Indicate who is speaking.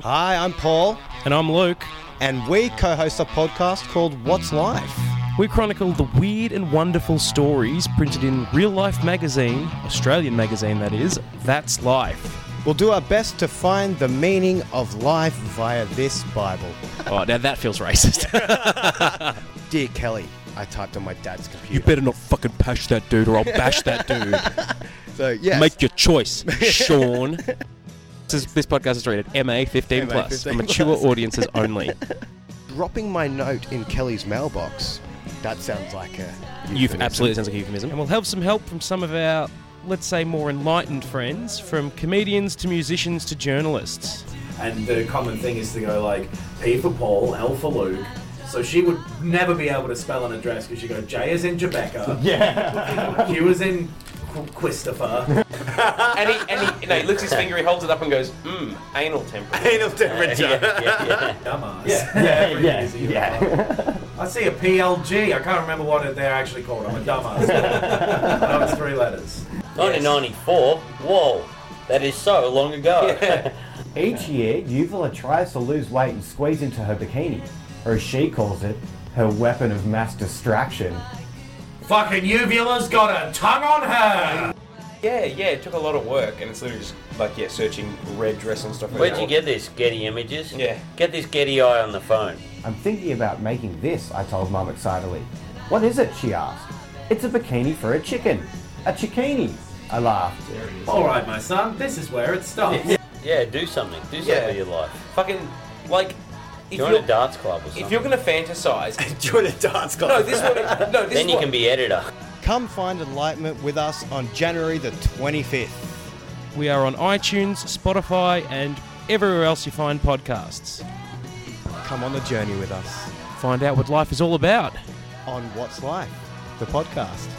Speaker 1: Hi, I'm Paul,
Speaker 2: And I'm Luke.
Speaker 1: and we co host a podcast called What's Life?
Speaker 2: We chronicle the weird and wonderful stories printed in real life magazine, Australian magazine that is, That's Life.
Speaker 1: We'll do our best to find the meaning of life via this Bible.
Speaker 2: Oh, now that feels racist.
Speaker 1: Dear Kelly, I typed on my dad's computer.
Speaker 2: you better not fucking bash that dude or I'll bash that dude.
Speaker 1: So, yes.
Speaker 2: Make your choice, Sean. This, is, this podcast is rated MA 15 plus, for
Speaker 1: 15
Speaker 2: mature
Speaker 1: plus.
Speaker 2: audiences only.
Speaker 1: dropping my note in Kelly's mailbox. That sounds like a.
Speaker 2: You've absolutely sounds like a euphemism. And we'll have some help from some of our, let's say, more enlightened friends, from comedians to musicians to journalists.
Speaker 3: and the common thing is to go like P for Paul, L for Luke. So she would never be able to spell an address because she go J is in Jebecca, yeah, Q is in Qu- Christopher,
Speaker 2: And he, and he, no, he licks his finger, he holds it up and goes, mmm, anal temper.
Speaker 3: dumbass. Yeah, yeah, yeah. I see a PLG. I can't remember what it- they're actually called. I'm a dumbass. no, it's three letters.
Speaker 4: 1994. Whoa, that is so long ago.
Speaker 5: Each year, Uvula tries to lose weight and squeeze into her bikini, or as she calls it, her weapon of mass distraction.
Speaker 3: Fucking uvula's got a tongue on her.
Speaker 2: Yeah, yeah, it took a lot of work, and it's literally just like yeah, searching red dress and stuff. like
Speaker 4: Where'd
Speaker 2: that.
Speaker 4: you get this Getty images?
Speaker 2: Yeah.
Speaker 4: Get this Getty eye on the phone.
Speaker 5: I'm thinking about making this, I told Mum excitedly. What is it? she asked. It's a bikini for a chicken. A chickini. I laughed.
Speaker 3: All right, my son. This is where it stops.
Speaker 4: Yeah, do something. Do something
Speaker 2: Yeah.
Speaker 4: with your life.
Speaker 2: Fucking like if
Speaker 4: Join
Speaker 2: you're,
Speaker 4: a dance club or something.
Speaker 2: if you're gonna fantasize,
Speaker 1: Join a dance
Speaker 2: no, this is what no, this is
Speaker 4: then you
Speaker 2: what,
Speaker 4: can be editor.
Speaker 1: Come find enlightenment with us on January the 25th.
Speaker 2: We are on iTunes, Spotify, and everywhere else you find podcasts.
Speaker 1: Come on the journey with us
Speaker 2: Find out what life is all about.
Speaker 1: on What's Life, the podcast.